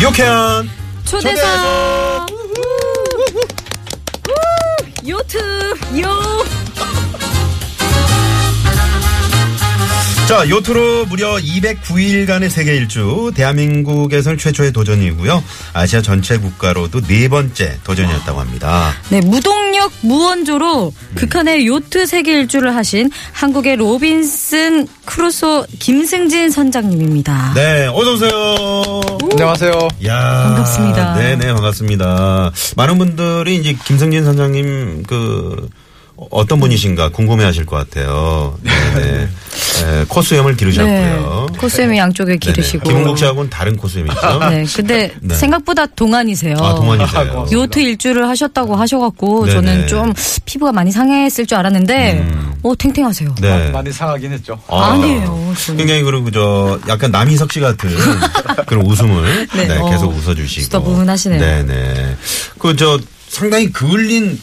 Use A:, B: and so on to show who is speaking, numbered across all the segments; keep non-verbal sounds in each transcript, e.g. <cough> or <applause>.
A: 유쾌한.
B: 초대석 요트 요
C: 자, 요트로 무려 209일간의 세계 일주, 대한민국에서는 최초의 도전이고요. 아시아 전체 국가로도 네 번째 도전이었다고 합니다.
D: 네, 무동력 무원조로 극한의 요트 세계 일주를 하신 한국의 로빈슨 크루소 김승진 선장님입니다.
C: 네, 어서오세요.
A: 안녕하세요.
C: 야
D: 반갑습니다.
C: 네네, 반갑습니다. 많은 분들이 이제 김성진 선장님 그, 어, 어떤 분이신가 궁금해 하실 것 같아요. 네네. 에, 코수염을 기르셨고요.
D: 네, 코스염이
C: 네네.
D: 양쪽에 기르시고.
C: 김은국 씨하고는 다른 코수염이죠.
D: 네, 근데
C: 네.
D: 생각보다 동안이세요.
C: 아, 동안이세요.
D: 요트 일주를 하셨다고 하셔갖고
C: 네네.
D: 저는 좀 피부가 많이 상했을 줄 알았는데
C: 음.
D: 어 탱탱하세요.
C: 네.
E: 많이 상하긴 했죠.
C: 아,
D: 니에요 저는.
C: 굉장히 그리고 저 약간 남희석 씨
D: <laughs>
C: 같은 그런 웃음을
D: 네.
C: 네,
D: 어,
C: 계속 웃어주시고
D: 수다 부분하시네요.
C: 네네. 그 저 상당히 그을린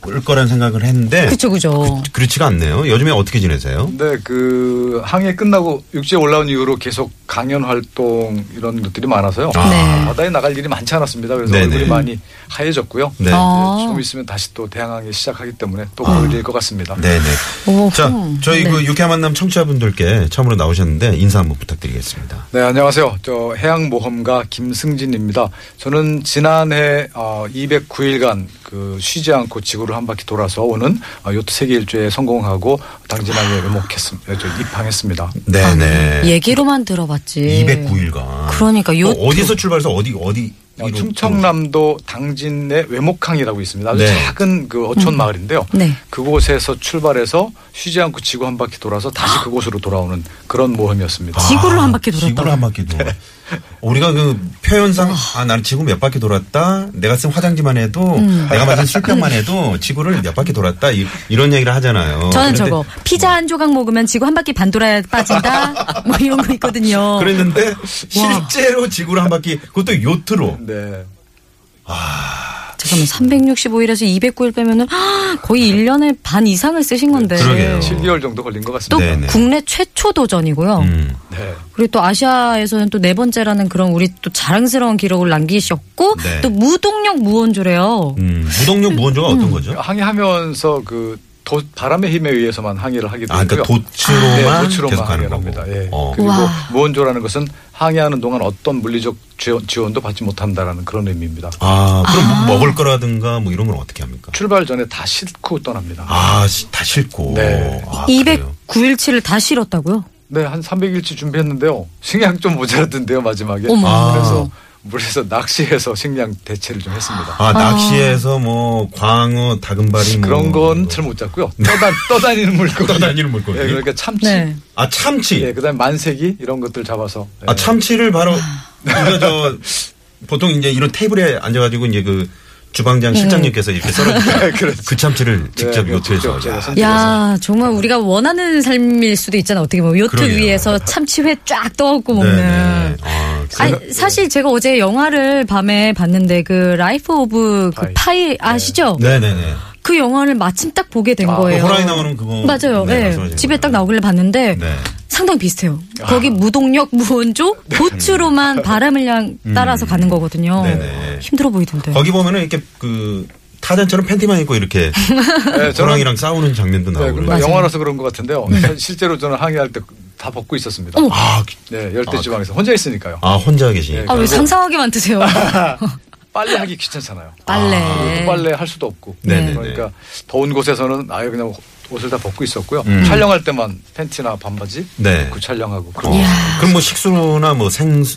C: 피부일 거란 생각을 했는데
D: 그쵸 그쵸.
C: 그, 렇지가 않네요. 요즘에 어떻게 지내세요?
E: 근데 그 항해 끝나고 육지에 올라온 이후로 계속 강연 활동 이런 것들이 많아서요.
D: 네.
E: 바다에 나갈 일이 많지 않았습니다. 그래서
C: 네네.
E: 얼굴이 많이 하얘졌고요.
C: 네.
D: 아.
E: 이제 좀 있으면 다시 또 대항하기 시작하기 때문에 또 걸릴 것 같습니다.
C: 네네.
D: 오,
C: 자,
D: 흠.
C: 저희
D: 네.
C: 그 유쾌한 만남 청취자분들께 처음으로 나오셨는데 인사 한번 부탁드리겠습니다.
E: 네, 안녕하세요. 저 해양모험가 김승진입니다. 저는 지난해 어, 209일간 그 쉬지 않고 지구를 한 바퀴 돌아서 오는 어, 요트 세계 일주에 성공하고 당진항에 의목했습니다. 저 입항했습니다.
C: 네네.
D: 얘기로만 들어봤지.
C: 209일간.
D: 아, 예. 그러니까 요트.
C: 어, 디서 출발해서 어디 어디
E: 어,
C: 이로-
E: 충청남도 당진의 외목항이라고 있습니다. 아주
C: 네.
E: 작은 그 어촌 마을인데요.
D: 네.
E: 그곳에서 출발해서 쉬지 않고 지구 한 바퀴 돌아서 다시 그곳으로 돌아오는 그런 모험이었습니다.
C: 아.
D: 지구를 한 바퀴 돌았다고.
C: 지구를 한 바퀴 돌아. 우리가 그 표현상 아 나는 지구 몇 바퀴 돌았다. 내가 쓴 화장지만 해도
D: 음.
C: 내가 마신 술병만 해도 지구를 몇 바퀴 돌았다. 이, 런 얘기를 하잖아요.
D: 저는
C: 어, 그런데-
D: 저거 피자 한 조각 먹으면 지구 한 바퀴 반 돌아야
C: <laughs>
D: 빠진다 뭐 이런 거 있거든요.
C: 그랬는데 실제로 지구를 한 바퀴 그것도 요트로
E: 네.
D: 잠깐만 365일에서 209일 빼면은 거의 1년에 반 이상을 쓰신 건데.
C: 그러게요.
E: 7개월 정도 걸린 것
D: 또
E: 같습니다.
C: 네네.
D: 국내 최초 도전이고요.
C: 음.
E: 네.
D: 그리고 또 아시아에서는 또 네 번째라는 그런 우리 또 자랑스러운 기록을 남기셨고
C: 네.
D: 또 무동력 무원조래요.
C: 음. 무동력 무원조가 어떤 거죠?
E: 항해하면서 그 도, 바람의 힘에 의해서만 항해를 하게 되고요.
C: 아, 그러니까 도치로만
E: 네, 도치로만
C: 계속 가는
E: 항해를
C: 거고.
E: 합니다. 예.
C: 어.
E: 그리고
D: 와.
E: 무원조라는 것은 항해하는 동안 어떤 물리적 지원, 지원도 받지 못한다라는 그런 의미입니다.
C: 아, 그럼 뭐 먹을 거라든가 뭐 이런 건 어떻게 합니까?
E: 출발 전에 다 싣고 떠납니다.
C: 아, 시- 다 싫고.
E: 네.
C: 아, 그래요?
D: 209일치를 다 실었다고요?
E: 네, 한 300일치 준비했는데요. 식량 좀 모자랐던데요, 마지막에.
D: 어머.
C: 아.
E: 그래서 물에서 낚시해서 식량 대체를 좀 했습니다.
C: 아, 낚시에서 뭐 광어, 다금바리 뭐
E: 그런 건 잘 못 잡고요. 떠다, 떠다니는
C: 네.
E: 물고기.
C: <laughs> 떠다니는 물고기.
E: 예, 그러니까 참치.
D: 네.
C: 아, 참치.
E: 예, 그 다음에 만세기 이런 것들 잡아서. 예.
C: 아 참치를 바로 우리가 저 보통 이제 이런 테이블에 앉아가지고 이제 그 주방장
D: 네.
C: 실장님께서 이렇게
E: <laughs>
C: 썰어주세요. 그 참치를 직접
E: 그렇죠. 네,
C: 요트에서.
E: 직접 제가
C: 야.
E: 손질해서.
D: 야, 정말 우리가 원하는 삶일 수도 있잖아. 어떻게 보면 요트
C: 그러게요.
D: 위에서 참치회 쫙 떠갖고
C: 네, 네.
D: 먹는.
C: 아,
D: 아니, 사실 제가 어제 영화를 밤에 봤는데 그 라이프 오브 그 파이 아시죠?
C: 네. 네네네.
D: 그 영화를 마침 딱 보게 된
E: 아, 그
D: 거예요.
C: 호랑이 나오는 그거.
D: 맞아요.
C: 네,
D: 네,
C: 말씀하시는
D: 집에
C: 거예요.
D: 딱 나오길래 봤는데
C: 네. 아.
D: 상당히 비슷해요. 거기 무동력
C: <laughs>
D: 무원조 고추로만 바람을 향 따라서 가는 거거든요.
C: 네. 음. 네네.
D: 힘들어 보이던데.
C: 거기 보면은 이렇게 그 타잔처럼 팬티만 입고 이렇게
E: 예, 저는
C: 호랑이랑 싸우는 장면도
E: 네,
C: 나오고. 네.
E: 그리고
C: 그래요.
E: 영화라서 그런 것 같은데요. 사- <laughs> 실제로 저는 항해할 때 다 벗고 있었습니다.
C: 아,
E: 네, 열대 지방에서 혼자 있으니까요.
C: 아 혼자 계시니까.
D: 아, 왜
C: <laughs>
D: 상상하게만 드세요?
C: 아,
E: 빨래 하기 귀찮잖아요.
D: 빨래.
C: 그
E: 빨래 할 수도 없고.
C: 네네네.
E: 그러니까 더운 곳에서는 아예 그냥 옷을 다 벗고 있었고요.
C: 음.
E: 촬영할 때만 팬티나 반바지
C: 네.
E: 그 촬영하고
C: 어.
E: 그런
C: 그럼 뭐 식수나 뭐 생수,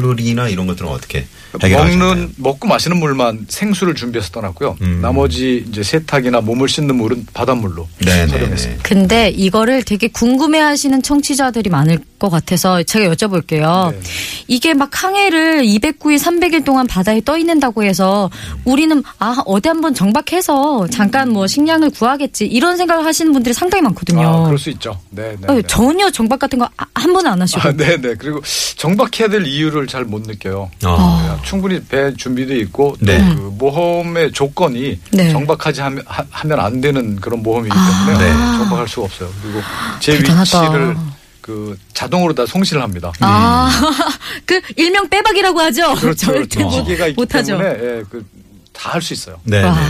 C: 물이나 이런 것들은 어떻게 해결하셨나요?
E: 그러니까 먹는 먹고 마시는 물만 생수를 준비해서 떠났고요.
C: 음.
E: 나머지 이제 세탁이나 몸을 씻는 물은 바닷물로
C: 네, 네, 네.
E: 촬영했습니다.
D: 근데 이거를 되게 궁금해하시는 청취자들이 많을 것 같아서 제가 여쭤볼게요.
E: 네.
D: 이게 막 항해를 209일, 300일 동안 바다에 떠 있는다고 해서 우리는 아 어디 한번 정박해서 잠깐 뭐 식량을 구하겠지 이런 생각을 하시는 분들이 상당히 많거든요.
E: 아, 그럴 수 있죠. 네, 네.
D: 어,
E: 네.
D: 전혀 정박 같은 거 한 번은 안 하시고
E: 아, 네, 네. 그리고 정박해야 될 이유를 잘 못 느껴요.
C: 어.
E: 야, 아. 충분히 배 준비돼 있고 또
C: 네.
E: 그 모험의 조건이
D: 네. 아.
E: 정박하지 하면, 하- 하면 안 되는 그런 모험이기 때문에
C: 네.
E: 정박할 수가 없어요. 그리고 제
D: 대단하다.
E: 위치를 그 자동으로 다 송신을 합니다.
D: 아, <laughs> 그 일명 빼박이라고 하죠. 절대 뭐 못,
E: 기계가 그렇죠. 있기
D: 못하죠.
E: 때문에 예, 그다 할 수 있어요.
C: 네,
D: 와,
C: 네.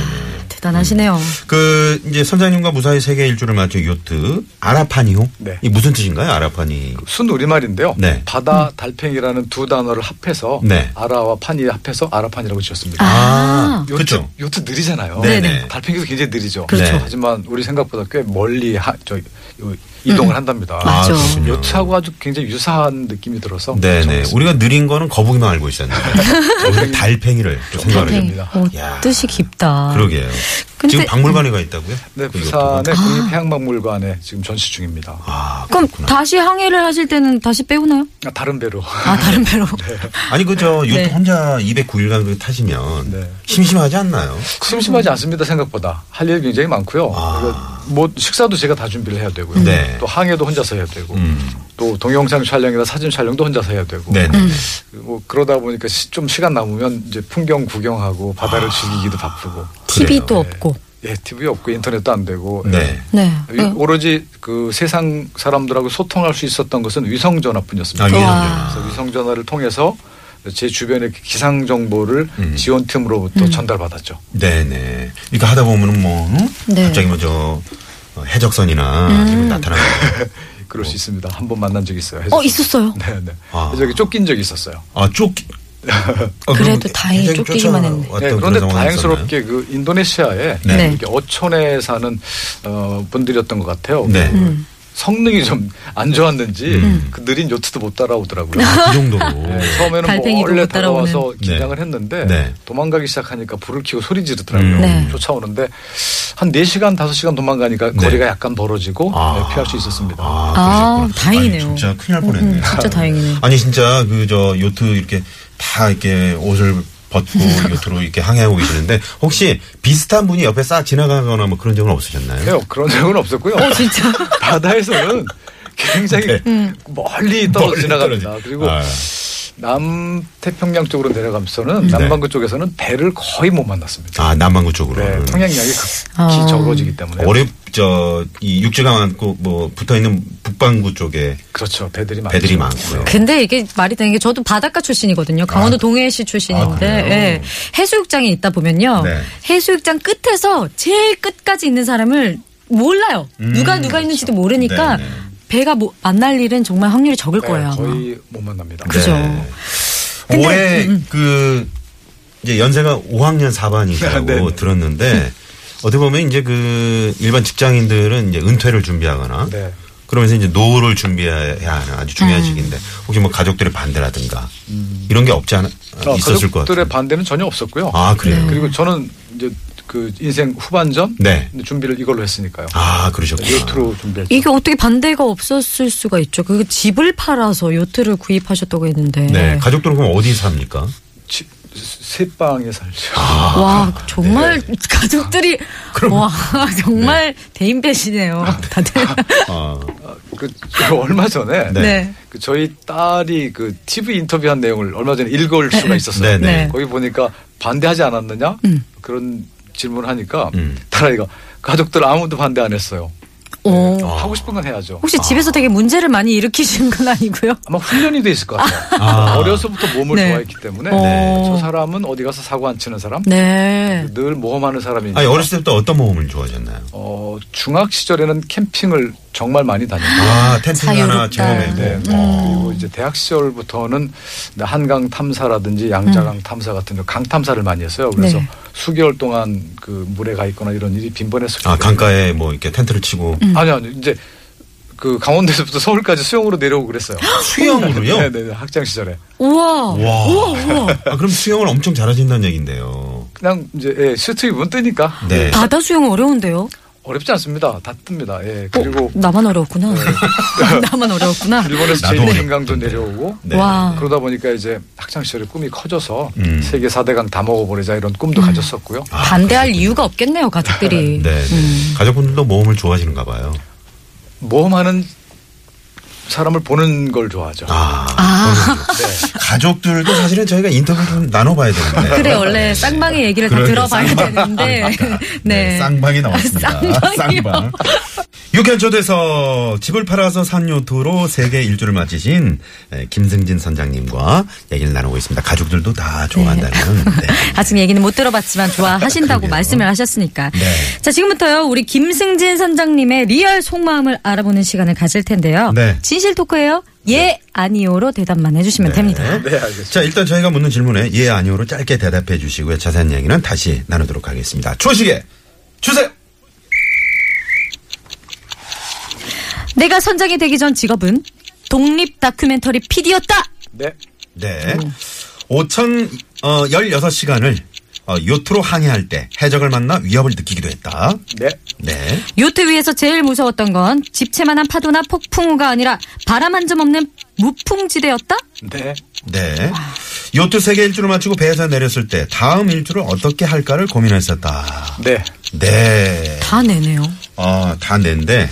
D: 대단하시네요.
C: 그 이제 선장님과 무사히 세계 일주를 마친 요트 아라파니호.
E: 네.
C: 이 무슨 뜻인가요, 아라파니?
E: 순 우리말인데요.
C: 네.
E: 바다 달팽이라는 두 단어를 합해서
C: 네.
E: 아라와 판이 합해서 아라판이라고 지었습니다.
C: 아,
E: 요트,
C: 그렇죠.
E: 요트 느리잖아요.
C: 네네.
E: 달팽이도 굉장히 느리죠.
C: 그렇죠. 네.
E: 하지만 우리 생각보다 꽤 멀리 하, 저, 요- 이동을 한답니다.
C: 아,
D: 맞죠.
C: 그렇군요.
E: 요트하고 아주 굉장히 유사한 느낌이 들어서
C: 네네.
E: 정했습니다.
C: 우리가 느린 거는 거북이만 알고 있었는데 우리가 달팽이를 또 생각을
D: 달팽이. 아.
C: 해봅니다.
D: 어,
C: 야.
D: 뜻이 깊다.
C: 그러게요.
D: 근데-
C: 지금 박물관에 가 있다고요?
E: 네,
C: 그
E: 부산의
C: 요트가?
D: 아.
E: 국립해양박물관에 지금 전시 중입니다.
C: 아,
D: 그럼
C: 그렇구나.
D: 다시 항해를 하실 때는 다시 빼오나요?
E: 아, 다른
C: <laughs>
E: 배로
D: 아
C: 네.
D: 다른 배로.
C: 아니 그저 요트
D: 네.
C: 혼자 209일간 그 타시면
E: 네.
C: 심심하지 않나요?
E: 심심하지 않습니다 생각보다 할 일 굉장히 많고요.
C: 아.
E: 그리고 뭐 식사도 제가 다 준비를 해야 되고요.
C: 네.
E: 또 항해도 혼자서 해야 되고
C: 음.
E: 또 동영상 촬영이나 사진 촬영도 혼자서 해야 되고
C: 네네.
D: 음.
E: 뭐 그러다 보니까 시- 좀 시간 남으면 이제 풍경 구경하고 바다를
C: 아.
E: 즐기기도 바쁘고
D: TV도 없고.
E: 예 TV 없고 인터넷도 안 되고
C: 네.
D: 네.
E: 예. 이- 오로지 그 세상 사람들하고 소통할 수 있었던 것은 위성
C: 아,
E: 전화뿐이었습니다.
C: 위성
D: 와.
C: 전화.
E: 그래서 위성 전화를 통해서 제 주변의 기상 정보를
C: 음.
E: 지원팀으로부터
C: <laughs>
E: 전달받았죠.
C: 네네. 이렇게 하다 보면은 뭐 응?
D: 네. 음.
C: 갑자기 먼저 어, 해적선이나 이런 나타나는 거.
E: 그럴 수 있습니다. 한 번 만난 적이 있어요.
D: 어 있었어요.
E: 네, 네.
C: 어. 아.
E: 저기 쫓긴 적이 있었어요.
C: 아 쫓.
E: <laughs>
C: 아,
D: 그래도
C: 그럼
D: 다행히
C: 해적이
D: 쫓기기만
C: 쫓아왔던
D: 했네.
C: 그런
E: 네,
C: 상황이
E: 그런데
C: 있었나요?
E: 다행스럽게 그 인도네시아에
C: 네.
D: 네.
E: 이렇게 어촌에 사는 어, 분들이었던 것 같아요.
C: 네. 음.
E: 그 성능이 좀 안 좋았는지 그 느린 요트도 못 따라오더라고요.
C: 아, 그 정도로.
E: <laughs> 네, 처음에는 뭐
D: 달팽이도
E: 원래
D: 못 따라오는.
E: 다가와서 긴장을 했는데
C: 네.
E: 도망가기 시작하니까 불을 켜고 소리 지르더라고요.
C: 음.
D: 네.
E: 쫓아오는데 한 4시간, 5시간 도망가니까
C: 네.
E: 거리가 약간 벌어지고
C: 아.
E: 네, 피할 수 있었습니다.
C: 아,
D: 아,
C: 그러셨구나.
D: 다행이네요.
C: 아니, 진짜 큰일 날 뻔했네.
D: 음, 진짜 다행이네.
C: 아니 진짜 그 저 요트 이렇게 다 이렇게 옷을
D: <laughs>
C: 벗고 요트로 이렇게 항해하고 계시는데 혹시 비슷한 분이 옆에 싹 지나가거나 뭐 그런 적은 없으셨나요?
E: 요 네, 그런 적은 없었고요.
D: 어, 진짜.
E: <laughs>
D: 음.
E: 바다에서는 굉장히
C: 네.
E: 멀리 떨어져
C: 멀리
E: 지나갑니다.
C: 떨어지-
E: 그리고
C: 아.
E: 남태평양 쪽으로 내려가면서는
C: 네.
E: 남반구 쪽에서는 배를 거의 못 만났습니다.
C: 아 남만구 쪽으로.
E: 네, 평양량이
D: 아.
E: 극히 적어지기 때문에
C: 어렵 저이 육지가 많고 뭐 붙어 있는 북반구 쪽에
E: 그렇죠 배들이 많죠.
C: 배들이 많고요.
D: 근데 이게 말이 되는 게 저도 바닷가 출신이거든요. 강원도 동해시
C: 아,
D: 출신인데
C: 그래요?
D: 예. 해수욕장에 있다 보면요.
C: 네.
D: 해수욕장 끝에서 제일 끝까지 있는 사람을 몰라요. 누가 누가 있는지도
C: 음,
D: 모르니까
C: 네, 네.
D: 배가 뭐, 만날 일은 정말 확률이 적을
E: 네,
D: 거예요. 아마.
E: 거의 못 만납니다.
D: 그죠.
C: 네.
E: 음,
C: 올해 그 이제 연세가 5학년 4반이라고
E: <laughs> 네, 네.
C: 들었는데 어떻게 보면 이제 그 일반 직장인들은 이제 은퇴를 준비하거나
E: 네. 음.
C: 그러면서 이제 노후를 준비해야 하는 아주 중요한 시기인데 혹시 뭐 가족들의 반대라든가 이런 게 없지 않아
E: 어,
C: 있었을 것
E: 음. 가족들의
C: 같아요.
E: 반대는 전혀 없었고요.
C: 아 그래요.
E: 그리고 저는 이제 그 인생 후반전
C: 네.
E: 준비를 이걸로 했으니까요.
C: 아 그러셨구나.
E: 요트로 준비했죠.
D: 이게 어떻게 반대가 없었을 수가 있죠. 그 집을 팔아서 요트를 구입하셨다고 했는데.
C: 네. 가족들은 그럼 어디 삽니까?
E: 지- 세 방에 살죠.
C: 아.
D: 와 정말
C: 네. <laughs>
D: 가족들이 와 정말 대인 배시네요 다들
C: 아,
E: <laughs> 그, 저 얼마 전에
C: 네.
D: 네.
E: 그 저희 딸이 그 TV 인터뷰한 내용을 얼마 전에 읽을 수가
C: 네,
E: 있었어요.
C: 네.
D: 네.
E: 거기 보니까 반대하지 않았느냐 그런 질문을 하니까
C: 음.
E: 딸아이가 그 가족들 아무도 반대 안 했어요.
D: 오.
E: 하고 싶은 건 해야죠.
D: 혹시
C: 아.
D: 집에서 되게 문제를 많이 일으키시는 건 아니고요?
E: 아마 훈련이 돼 있을 것 같아요. 그러니까
C: 아.
E: 어려서부터 몸을
D: 네.
E: 좋아했기 때문에
C: 어.
D: 네.
E: 저 사람은 어디 가서 사고 안 치는 사람,
D: 네.
E: 늘 모험하는 사람이니까.
C: 아니 어렸을 때부터 어떤 모험을 좋아하셨나요?
E: 어, 중학 시절에는 캠핑을 정말 많이 다녔고
C: 아, 음. 텐트 하나
D: 자유롭다.
C: 제공해.
E: 네. 그리고 이제 대학 시절부터는 네, 한강 탐사라든지 양자강
C: 음.
E: 탐사 같은 강 탐사를 많이 했어요. 그래서
D: 네.
E: 수개월 동안 그 물에 가 있거나 이런 일이 빈번했었기
C: 아,
E: 때문에
C: 강가에 뭐 이렇게 텐트를 치고
E: 아니 아니 이제 그 강원도에서부터 서울까지 수영으로 내려오고 그랬어요.
C: 수영으로요?
E: 네네 학창 시절에
D: 우와.
C: 와.
D: 우와, 우와.
C: 아, 그럼 수영을 엄청 잘하신다는 얘긴데요.
E: 그냥 이제 예, 슈트 입으면 뜨니까
C: 네.
D: 바다 수영 어려운데요?
E: 어렵지 않습니다. 다 뜹니다. 예 그리고
D: 나만 어려웠구나. <laughs> 나만 어려웠구나.
E: 일본에서
C: 나도
E: 제일
C: 어렵-
E: 금강도 내려오고
C: 네.
D: 와.
E: 그러다 보니까 이제 학창 시절에 꿈이 커져서
C: 음.
E: 세계 4대강 다 먹어버리자 이런 꿈도 가졌었고요.
D: 반대할 이유가 없겠네요, 가족들이.
C: 아,
D: 음.
C: 네. 네. 가족분들도 모험을 좋아하시는가 봐요.
E: 모험하는 사람을 보는 걸 좋아하죠.
C: 아.
D: 아,
E: 네.
C: 가족들도 사실은 저희가 인터뷰를 좀 나눠봐야 되는데.
D: <laughs> 그래, 원래 쌍방의 얘기를 다
C: 네. 그러게,
D: 들어봐야
C: 쌍방.
D: 되는데. 아,
C: 아까, 네, 쌍방이 나왔습니다.
D: 쌍방이요.
C: 쌍방. 유쾌한 초대에서 집을 팔아서 산 요트로 세계 일주를 마치신 네, 김승진 선장님과 얘기를 나누고 있습니다. 가족들도 다 좋아한다는. 네.
D: 아직 얘기는 못 들어봤지만 좋아하신다고
C: 그러게요.
D: 말씀을 하셨으니까.
C: 네.
D: 자, 지금부터요, 우리 김승진 선장님의 리얼 속마음을 알아보는 시간을 가질 텐데요.
C: 네.
D: 진실 토크예요. 예, 아니요로 대답만 해주시면 됩니다.
E: 네, 알겠습니다.
C: 자, 일단 저희가 묻는 질문에 예, 아니오로 짧게 대답해 주시고요. 자세한 얘기는 다시 나누도록 하겠습니다. 초식에 주세요!
D: 내가 선장이 되기 전 직업은 독립 다큐멘터리 PD였다!
E: 네.
C: 네. 어, 5,016시간을 어, 요트로 항해할 때 해적을 만나 위협을 느끼기도 했다.
E: 네.
C: 네.
D: 요트 위에서 제일 무서웠던 건 집채만한 파도나 폭풍우가 아니라 바람 한 점 없는 무풍지대였다?
E: 네.
C: 네. 요트 세계 일주를 마치고 배에서 내렸을 때 다음 일주를 어떻게 할까를 고민했었다.
E: 네.
C: 네.
D: 다 내네요.
C: 어, 다 낸데,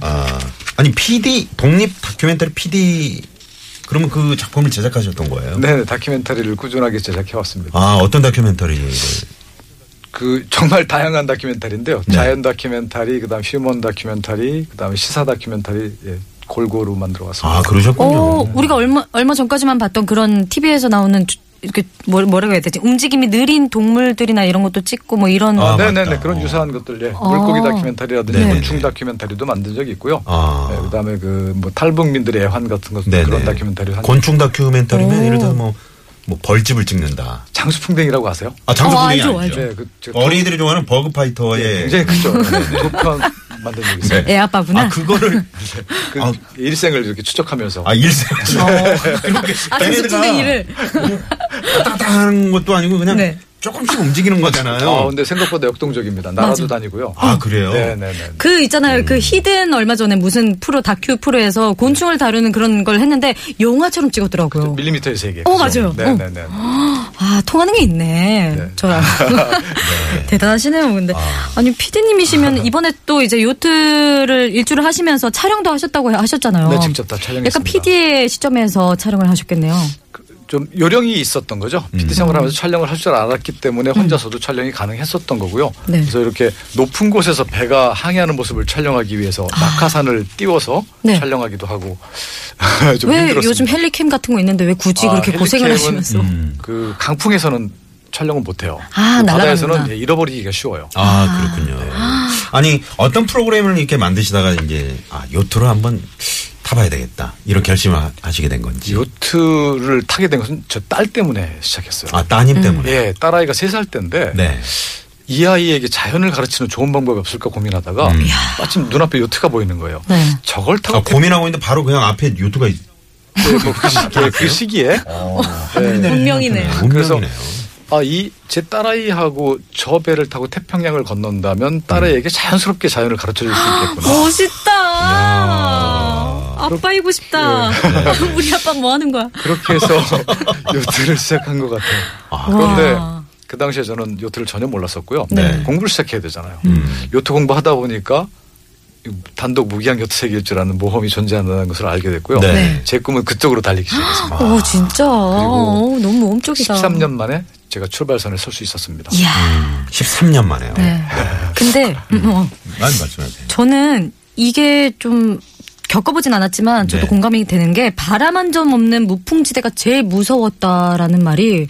C: 아, 아니, PD, 독립 다큐멘터리 PD, 그러면 그 작품을 제작하셨던 거예요?
E: 네, 다큐멘터리를 꾸준하게 제작해 왔습니다.
C: 아, 어떤 다큐멘터리를?
E: 그 정말 다양한 다큐멘터리인데요.
C: 네.
E: 자연 다큐멘터리, 그다음 휴먼 다큐멘터리, 그다음에 시사 다큐멘터리 예, 골고루 만들어 왔습니다.
C: 아, 그러셨군요.
D: 오, 우리가 얼마, 얼마 전까지만 봤던 그런 TV에서 나오는 주- 이렇게 뭐- 뭐라고 해야 되지? 움직임이 느린 동물들이나 이런 것도 찍고 뭐 이런.
C: 아,
E: 네, 네,
C: 맞다.
E: 네. 그런
C: 어.
E: 유사한 것들 예.
D: 어.
E: 물고기 다큐멘터리라든지
C: 네네네.
E: 곤충 다큐멘터리도 만든 적이 있고요.
C: 아.
E: 네, 그다음에 그 뭐 탈북민들의 애환 같은 것도
C: 네네.
E: 그런 다큐멘터리 한
C: 곤충 다큐멘터리면 예를 들어 뭐, 뭐 벌집을 찍는다.
E: 장수풍뎅이라고 아세요?
C: 아, 장수풍뎅이
D: 어, 알죠,
C: 아, 죠
E: 알죠. 네, 그, 네, 저,
C: 어린이들이 좋아하는 버그파이터의 <laughs>
E: 굉장히 크죠. 두편 만든 적이 있어요.
D: 애 아빠구나.
C: 아,
E: <laughs>
C: 그거를
E: 그
C: 아.
E: 일생을 이렇게 추적하면서
C: 아, 일생.
E: 어,
C: 이렇게
D: 아,
C: 얘네들아.
D: 장수풍뎅이를.
C: 따닥하는 것도 아니고 그냥
D: 네.
C: 조금씩 움직이는 거잖아요.
E: 아, 근데 생각보다 역동적입니다. 나라도 다니고요.
C: 아, 그래요?
E: 네네네.
D: 그 있잖아요.
E: 음.
D: 그 히든 얼마 전에 무슨 프로 다큐 프로에서 곤충을 다루는 그런 걸 했는데 영화처럼 찍었더라고요.
E: 밀리미터의 세계.
D: 어, 맞아요. 어.
E: 네네네.
D: 아 통하는 게 있네.
E: <laughs> 네.
D: 저랑 <laughs> 대단하시네요. 근데 아. 니 PD님이시면 이번에 또 이제 요트를 일주를 하시면서 촬영도 하셨다고 하셨잖아요.
E: 네, 직접 다 촬영했습니다.
D: 약간 PD의 시점에서 촬영을 하셨겠네요.
E: 좀 요령이 있었던 거죠.
D: 음.
E: 피디 생활하면서 촬영을 할 줄 알았기 때문에 혼자서도 촬영이 가능했었던 거고요.
D: 네.
E: 그래서 이렇게 높은 곳에서 배가 항해하는 모습을 촬영하기 위해서 낙하산을 띄워서
D: 아. 네.
E: 촬영하기도 하고 <laughs> 좀
D: 왜
E: 힘들었습니다.
D: 요즘 헬리캠 같은 거 있는데 왜 굳이
E: 아,
D: 그렇게 고생을
E: 헬리캠은
D: 하시면서?
E: 그 강풍에서는 촬영은 못해요.
D: 아,
E: 그
D: 날아가는구나.
E: 바다에서는 예, 잃어버리기가 쉬워요.
C: 아, 그렇군요. 아니, 어떤 프로그램을 이렇게 만드시다가 이제, 아, 요트로 한번 타봐야 되겠다. 이런 결심을 하시게 된 건지.
E: 요트를 타게 된 것은 저 딸 때문에 시작했어요.
C: 아, 따님
D: 음.
C: 때문에.
E: 예, 딸아이가 세 살 때인데
C: 네.
E: 이 아이에게 자연을 가르치는 좋은 방법이 없을까 고민하다가
C: 음.
E: 마침 눈앞에 요트가 보이는 거예요.
D: 네.
E: 저걸
C: 아,
E: 타고
C: 고민하고 있는데 바로 그냥 앞에 요트가 있...
E: 네, 뭐그 시기에, 그 시기에 음.
D: 운명이네.
C: 네,
E: 그래서-
C: 운명이네요.
E: 아, 이 제 딸아이하고 저 배를 타고 태평양을 건넌다면 딸아이에게 자연스럽게 자연을 가르쳐 줄 수 있겠구나.
D: 멋있다. 아빠이고 싶다.
E: 예.
D: <laughs> 우리 아빠 뭐 하는 거야?
E: 그렇게 해서 <laughs> 요트를 시작한 것 같아요. 그런데 그 당시에 저는 요트를 전혀 몰랐었고요.
C: 네.
E: 공부를 시작해야 되잖아요.
C: 음.
E: 요트 공부하다 보니까 단독 무기한 요트 세계일주라는 모험이 존재한다는 것을 알게 됐고요.
C: 네.
E: 제 꿈은 그쪽으로 달리기 시작했습니다.
D: 오 어, 진짜. 오, 너무 몸쪽이다.
E: 아, 13년 만에 제가 출발선에 설 수 있었습니다.
D: 이야.
C: 음. 13년 만에요.
D: 네. 근데 음, 어,
C: 많이 말씀하세요.
D: 저는 이게 좀 겪어보진 않았지만 저도
C: 네.
D: 공감이 되는 게 바람 한 점 없는 무풍지대가 제일
E: 음.
D: 무서웠다라는 말이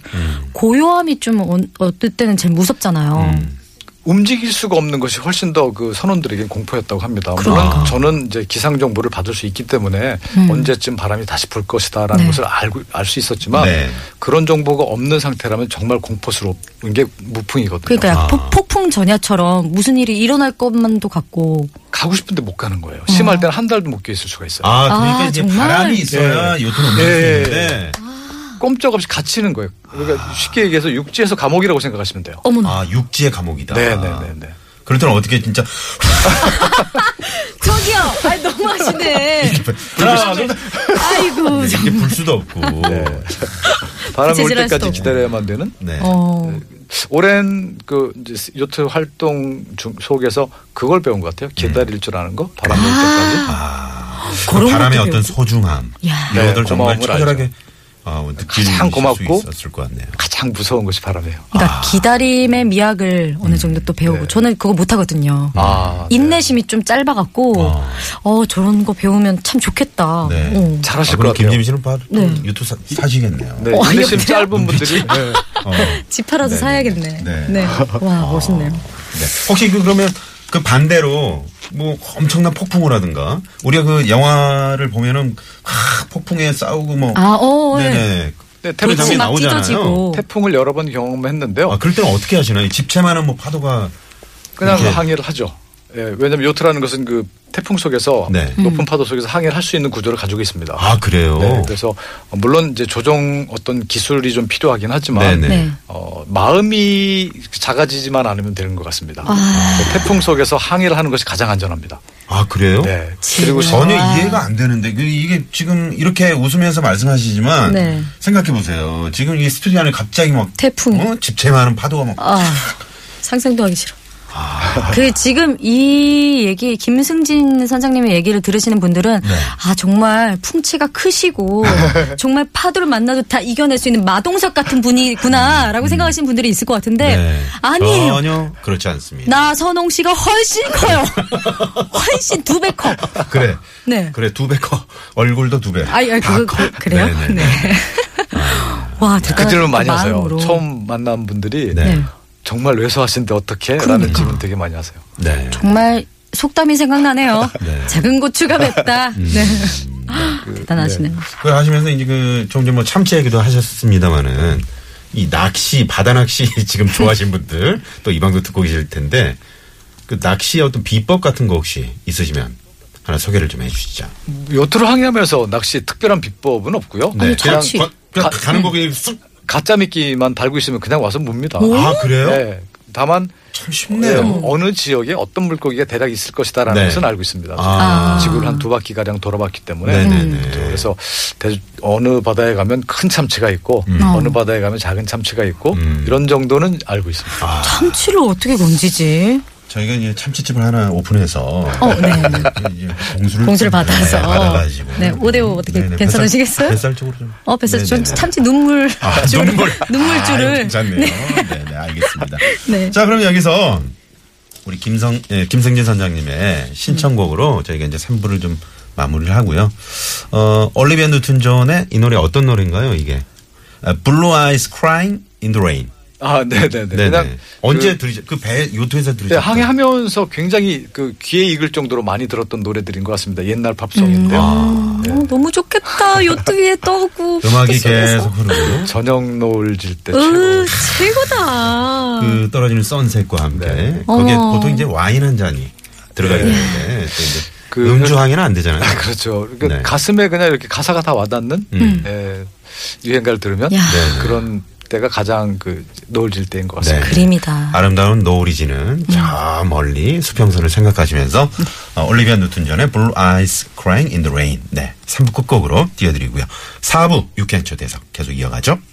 D: 고요함이 좀 어, 어떨 때는 제일 무섭잖아요.
E: 움직일 수가 없는 것이 훨씬 더 그 선원들에게 공포였다고 합니다.
D: 그러니까.
E: 물론 저는 이제 기상 정보를 받을 수 있기 때문에 언제쯤 바람이 다시 불 것이다라는
D: 음. 네.
E: 것을 알고 알 수 있었지만
C: 네.
E: 그런 정보가 없는 상태라면 정말 공포스러운 게 무풍이거든요.
D: 그러니까
C: 아.
D: 약간 폭- 폭풍 전야처럼 무슨 일이 일어날 것만도 같고
E: 가고 싶은데 못 가는 거예요.
D: 어.
E: 심할 때는 한 달도 못 껴 있을 수가 있어요.
C: 아, 그러니까
D: 아,
C: 이제
D: 정말?
C: 바람이 있어야 요트는 움직일 수
E: 예.
C: 있는데.
E: 꼼짝없이 갇히는 거예요. 그러니까 쉽게 얘기해서 육지에서 감옥이라고 생각하시면 돼요.
D: 어머나
C: 아, 육지의 감옥이다.
E: 네, 네, 네, 네.
C: 그럴 때는 어떻게 진짜
D: 저기요 아 너무
C: <laughs>
D: 하시네
C: 하나, 둘, 셋.
D: 아이고
C: 이게 불 수도
E: <laughs>
C: 없고.
E: 네. 바람이
D: 재질할
E: 올
D: 수도
E: 때까지
D: 없고.
E: 기다려야만 되는
C: 네.
D: 어
E: 오랜 그 이제 요트 활동 중 속에서 그걸 배운 것 같아요. 기다릴 줄 아는 거 바람 올 때까지. 아,
D: 그런
C: 바람의
D: 것도
C: 어떤 소중함.
D: 야.
C: 이런 것들
E: 네,
C: 정말
E: 고마움을
C: 처절하게 어, 느낄
E: 가장 고맙고.
C: 수 있었을 것 같네요.
E: 가장 무서운 것이 바람이에요.
C: 아.
D: 그러니까 기다림의 미학을 어느 정도 또 배우고
C: 네.
D: 저는 그거 못 하거든요.
E: 아, 네.
D: 인내심이 좀 짧아갖고
C: 어.
D: 어. 저런 거 배우면 참 좋겠다.
C: 네.
D: 어.
E: 잘하실
C: 아,
E: 것
C: 그럼
E: 같아요.
C: 김지미 씨는 바,
D: 네.
C: 유튜브 사, 사시겠네요.
E: 네,
D: 아,
E: 인내심 짧은
D: <laughs>
E: 분들이 네.
C: 어.
D: 집 팔아서 사야겠네.
C: 네.
D: 네. 와 멋있네요.
C: 네. 혹시 그 그러면 그 반대로 뭐 엄청난 폭풍우라든가 우리가 그 영화를 보면은 막 폭풍에 싸우고 뭐
D: 아, 어, 예.
C: 네네
E: 네,
C: 그런
D: 빛이
C: 장면이
E: 태풍,
D: 막
C: 나오잖아요.
D: 찢어지고.
E: 태풍을 여러 번 경험했는데요.
C: 아 그럴 때는 어떻게 하시나요? 집채만은 뭐 파도가
E: 그냥
C: 이렇게.
E: 항해를 하죠. 예, 왜냐하면 요트라는 것은 그 태풍 속에서
C: 네.
E: 높은 파도 속에서 항해를 할 수 있는 구조를 가지고 있습니다.
C: 아 그래요.
E: 네, 그래서 물론 이제 조정 어떤 기술이 좀 필요하긴 하지만
C: 네네.
D: 네.
E: 어, 마음이 작아지지만 않으면 되는 것 같습니다.
D: 아.
E: 네, 태풍 속에서 항해를 하는 것이 가장 안전합니다.
C: 아 그래요?
E: 네. 그리고
C: 전혀 이해가 안 되는데 그 이게 지금 이렇게 웃으면서 말씀하시지만
D: 네.
C: 생각해 보세요. 지금 이 스튜디오 안에 갑자기 막
D: 태풍이.
C: 어? 집채만은 파도가 막
D: 아 상상도 하기 싫어. 그 지금 이 얘기 김승진 선장님의 얘기를 들으시는 분들은
C: 네.
D: 아 정말 풍치가
C: <laughs>
D: 크시고 정말 파도를 만나도 다 이겨낼 수 있는 마동석 같은 분이구나라고 생각하시는 분들이 있을 것 같은데
C: 음. 네.
D: 아니에요.
C: 전혀 그렇지 않습니다.
D: 나선홍 씨가 훨씬 커요. <laughs> 훨씬 두 배 커.
C: 그래.
D: 네.
C: 그래 두 배 커. <laughs> 얼굴도 두 배.
D: 아이, 아이
C: 다
D: 그거
C: 커.
D: 그, 그래요?
C: 네네. 아.
D: 네. 와, 대단하다.
E: 그 질문 많이
D: 마음으로.
E: 하세요. 처음 만난 분들이
C: 네.
D: 네.
E: 정말 왜소하신데 어떻게?
D: 그러니까.
E: 라는 질문 되게 많이 하세요.
C: 네.
D: 정말 속담이 생각나네요.
C: <laughs> 네. 음.
D: 작은 고추가
C: <laughs>
D: 맵다. 네. 대단하시네요.
C: 그 하시면서 이제 그 좀 전 뭐 참치 얘기도 하셨습니다마는 이 낚시 바다 낚시 <laughs> 지금
D: <laughs>
C: 좋아하신 분들 또 이 방송 듣고 계실 텐데 그 낚시의 어떤 비법 같은 거 혹시 있으시면 하나 소개를 좀 해주시죠.
E: 요트를 항해하면서 낚시 특별한 비법은 없고요.
D: 아니,
C: 네. 그냥,
D: 참치. 음.
C: 거- 그냥 가는 거 그냥 쑥.
E: 가짜 미끼만 달고 있으면 그냥 와서 뭡니다.
C: 아 그래요?
E: 네. 다만
C: 참
E: 네,
C: 쉽네요.
E: 어느 지역에 어떤 물고기가 대략 있을 것이다라는
C: 네.
E: 것은 알고 있습니다.
C: 아.
E: 지구를 한 두 바퀴 가량 돌아봤기 때문에
C: 네네네.
E: 그래서 대- 어느 바다에 가면 큰 참치가 있고 음. 어느 바다에 가면 작은 참치가 있고
C: 음. 아.
E: 이런 정도는 알고 있습니다.
D: 아. 참치를 어떻게 건지지?
C: 저희가 이제 참치집을 하나 오픈해서
D: 어, 네.
C: <laughs> 이제 공수를, 네,
D: 공수를 받아서.
C: 받아가지고
D: 네, 오대오 어떻게
C: 네네,
D: 괜찮으시겠어요?
C: 뱃살, 뱃살 쪽으로 좀
D: 어, 뱃살 좀
C: 네네네.
D: 참치 눈물
C: 아,
D: <laughs> 줄
C: 눈물
D: 눈물
C: 아,
D: 줄을
C: 괜찮네요. 네, 네, 알겠습니다.
D: 네.
C: 자, 그럼 여기서 우리 김성 예, 김성진 선장님의 신청곡으로 저희가 이제 3부를 좀 마무리를 하고요. 어, 올리비아 뉴튼 존의 이 노래 어떤 노래인가요, 이게? 아, Blue Eyes Crying in the Rain.
E: 아, 네네네.
C: 네, 네.
E: 그냥
C: 언제
E: 그-
C: 들으셨? 그배 요트에서 들으셨죠?
E: 네, 항해하면서 굉장히 그 귀에 익을 정도로 많이 들었던 노래들인 것 같습니다. 옛날
C: 음.
E: 팝송인데요.
C: 아.
E: 네.
D: 어, 너무 좋겠다. 요트 위에 떠고
C: 음악이
D: 뱃속에서.
C: 계속 그렇죠. 흐르고
E: 저녁 노을 질 때
D: 으,
E: 최고.
D: 최고다.
C: 그 떨어지는 선셋과 함께
E: 네.
C: 거기에
D: 아. 어머.
C: 보통 이제 와인 한 잔이 들어가 있는데 또 이제
E: 그-
C: 음주 항해는 안 되잖아요. <laughs>
E: 그렇죠. 그러니까
C: 네.
E: 가슴에 그냥 이렇게 가사가 다 와닿는
C: 음.
E: 예, 유행가를 들으면
C: 네,
D: 야.
C: 네.
E: 그런 때가 가장 그 노을 질 때인 것 같습니다.
D: 그림이다.
C: 아름다운 노을이 지는 저 멀리 수평선을 생각하시면서 어, 올리비아 뉴튼 전의 Blue Eyes Crying in the Rain 네 3부 끝곡으로 띄워드리고요. 4부 육행초 대석 계속 이어가죠.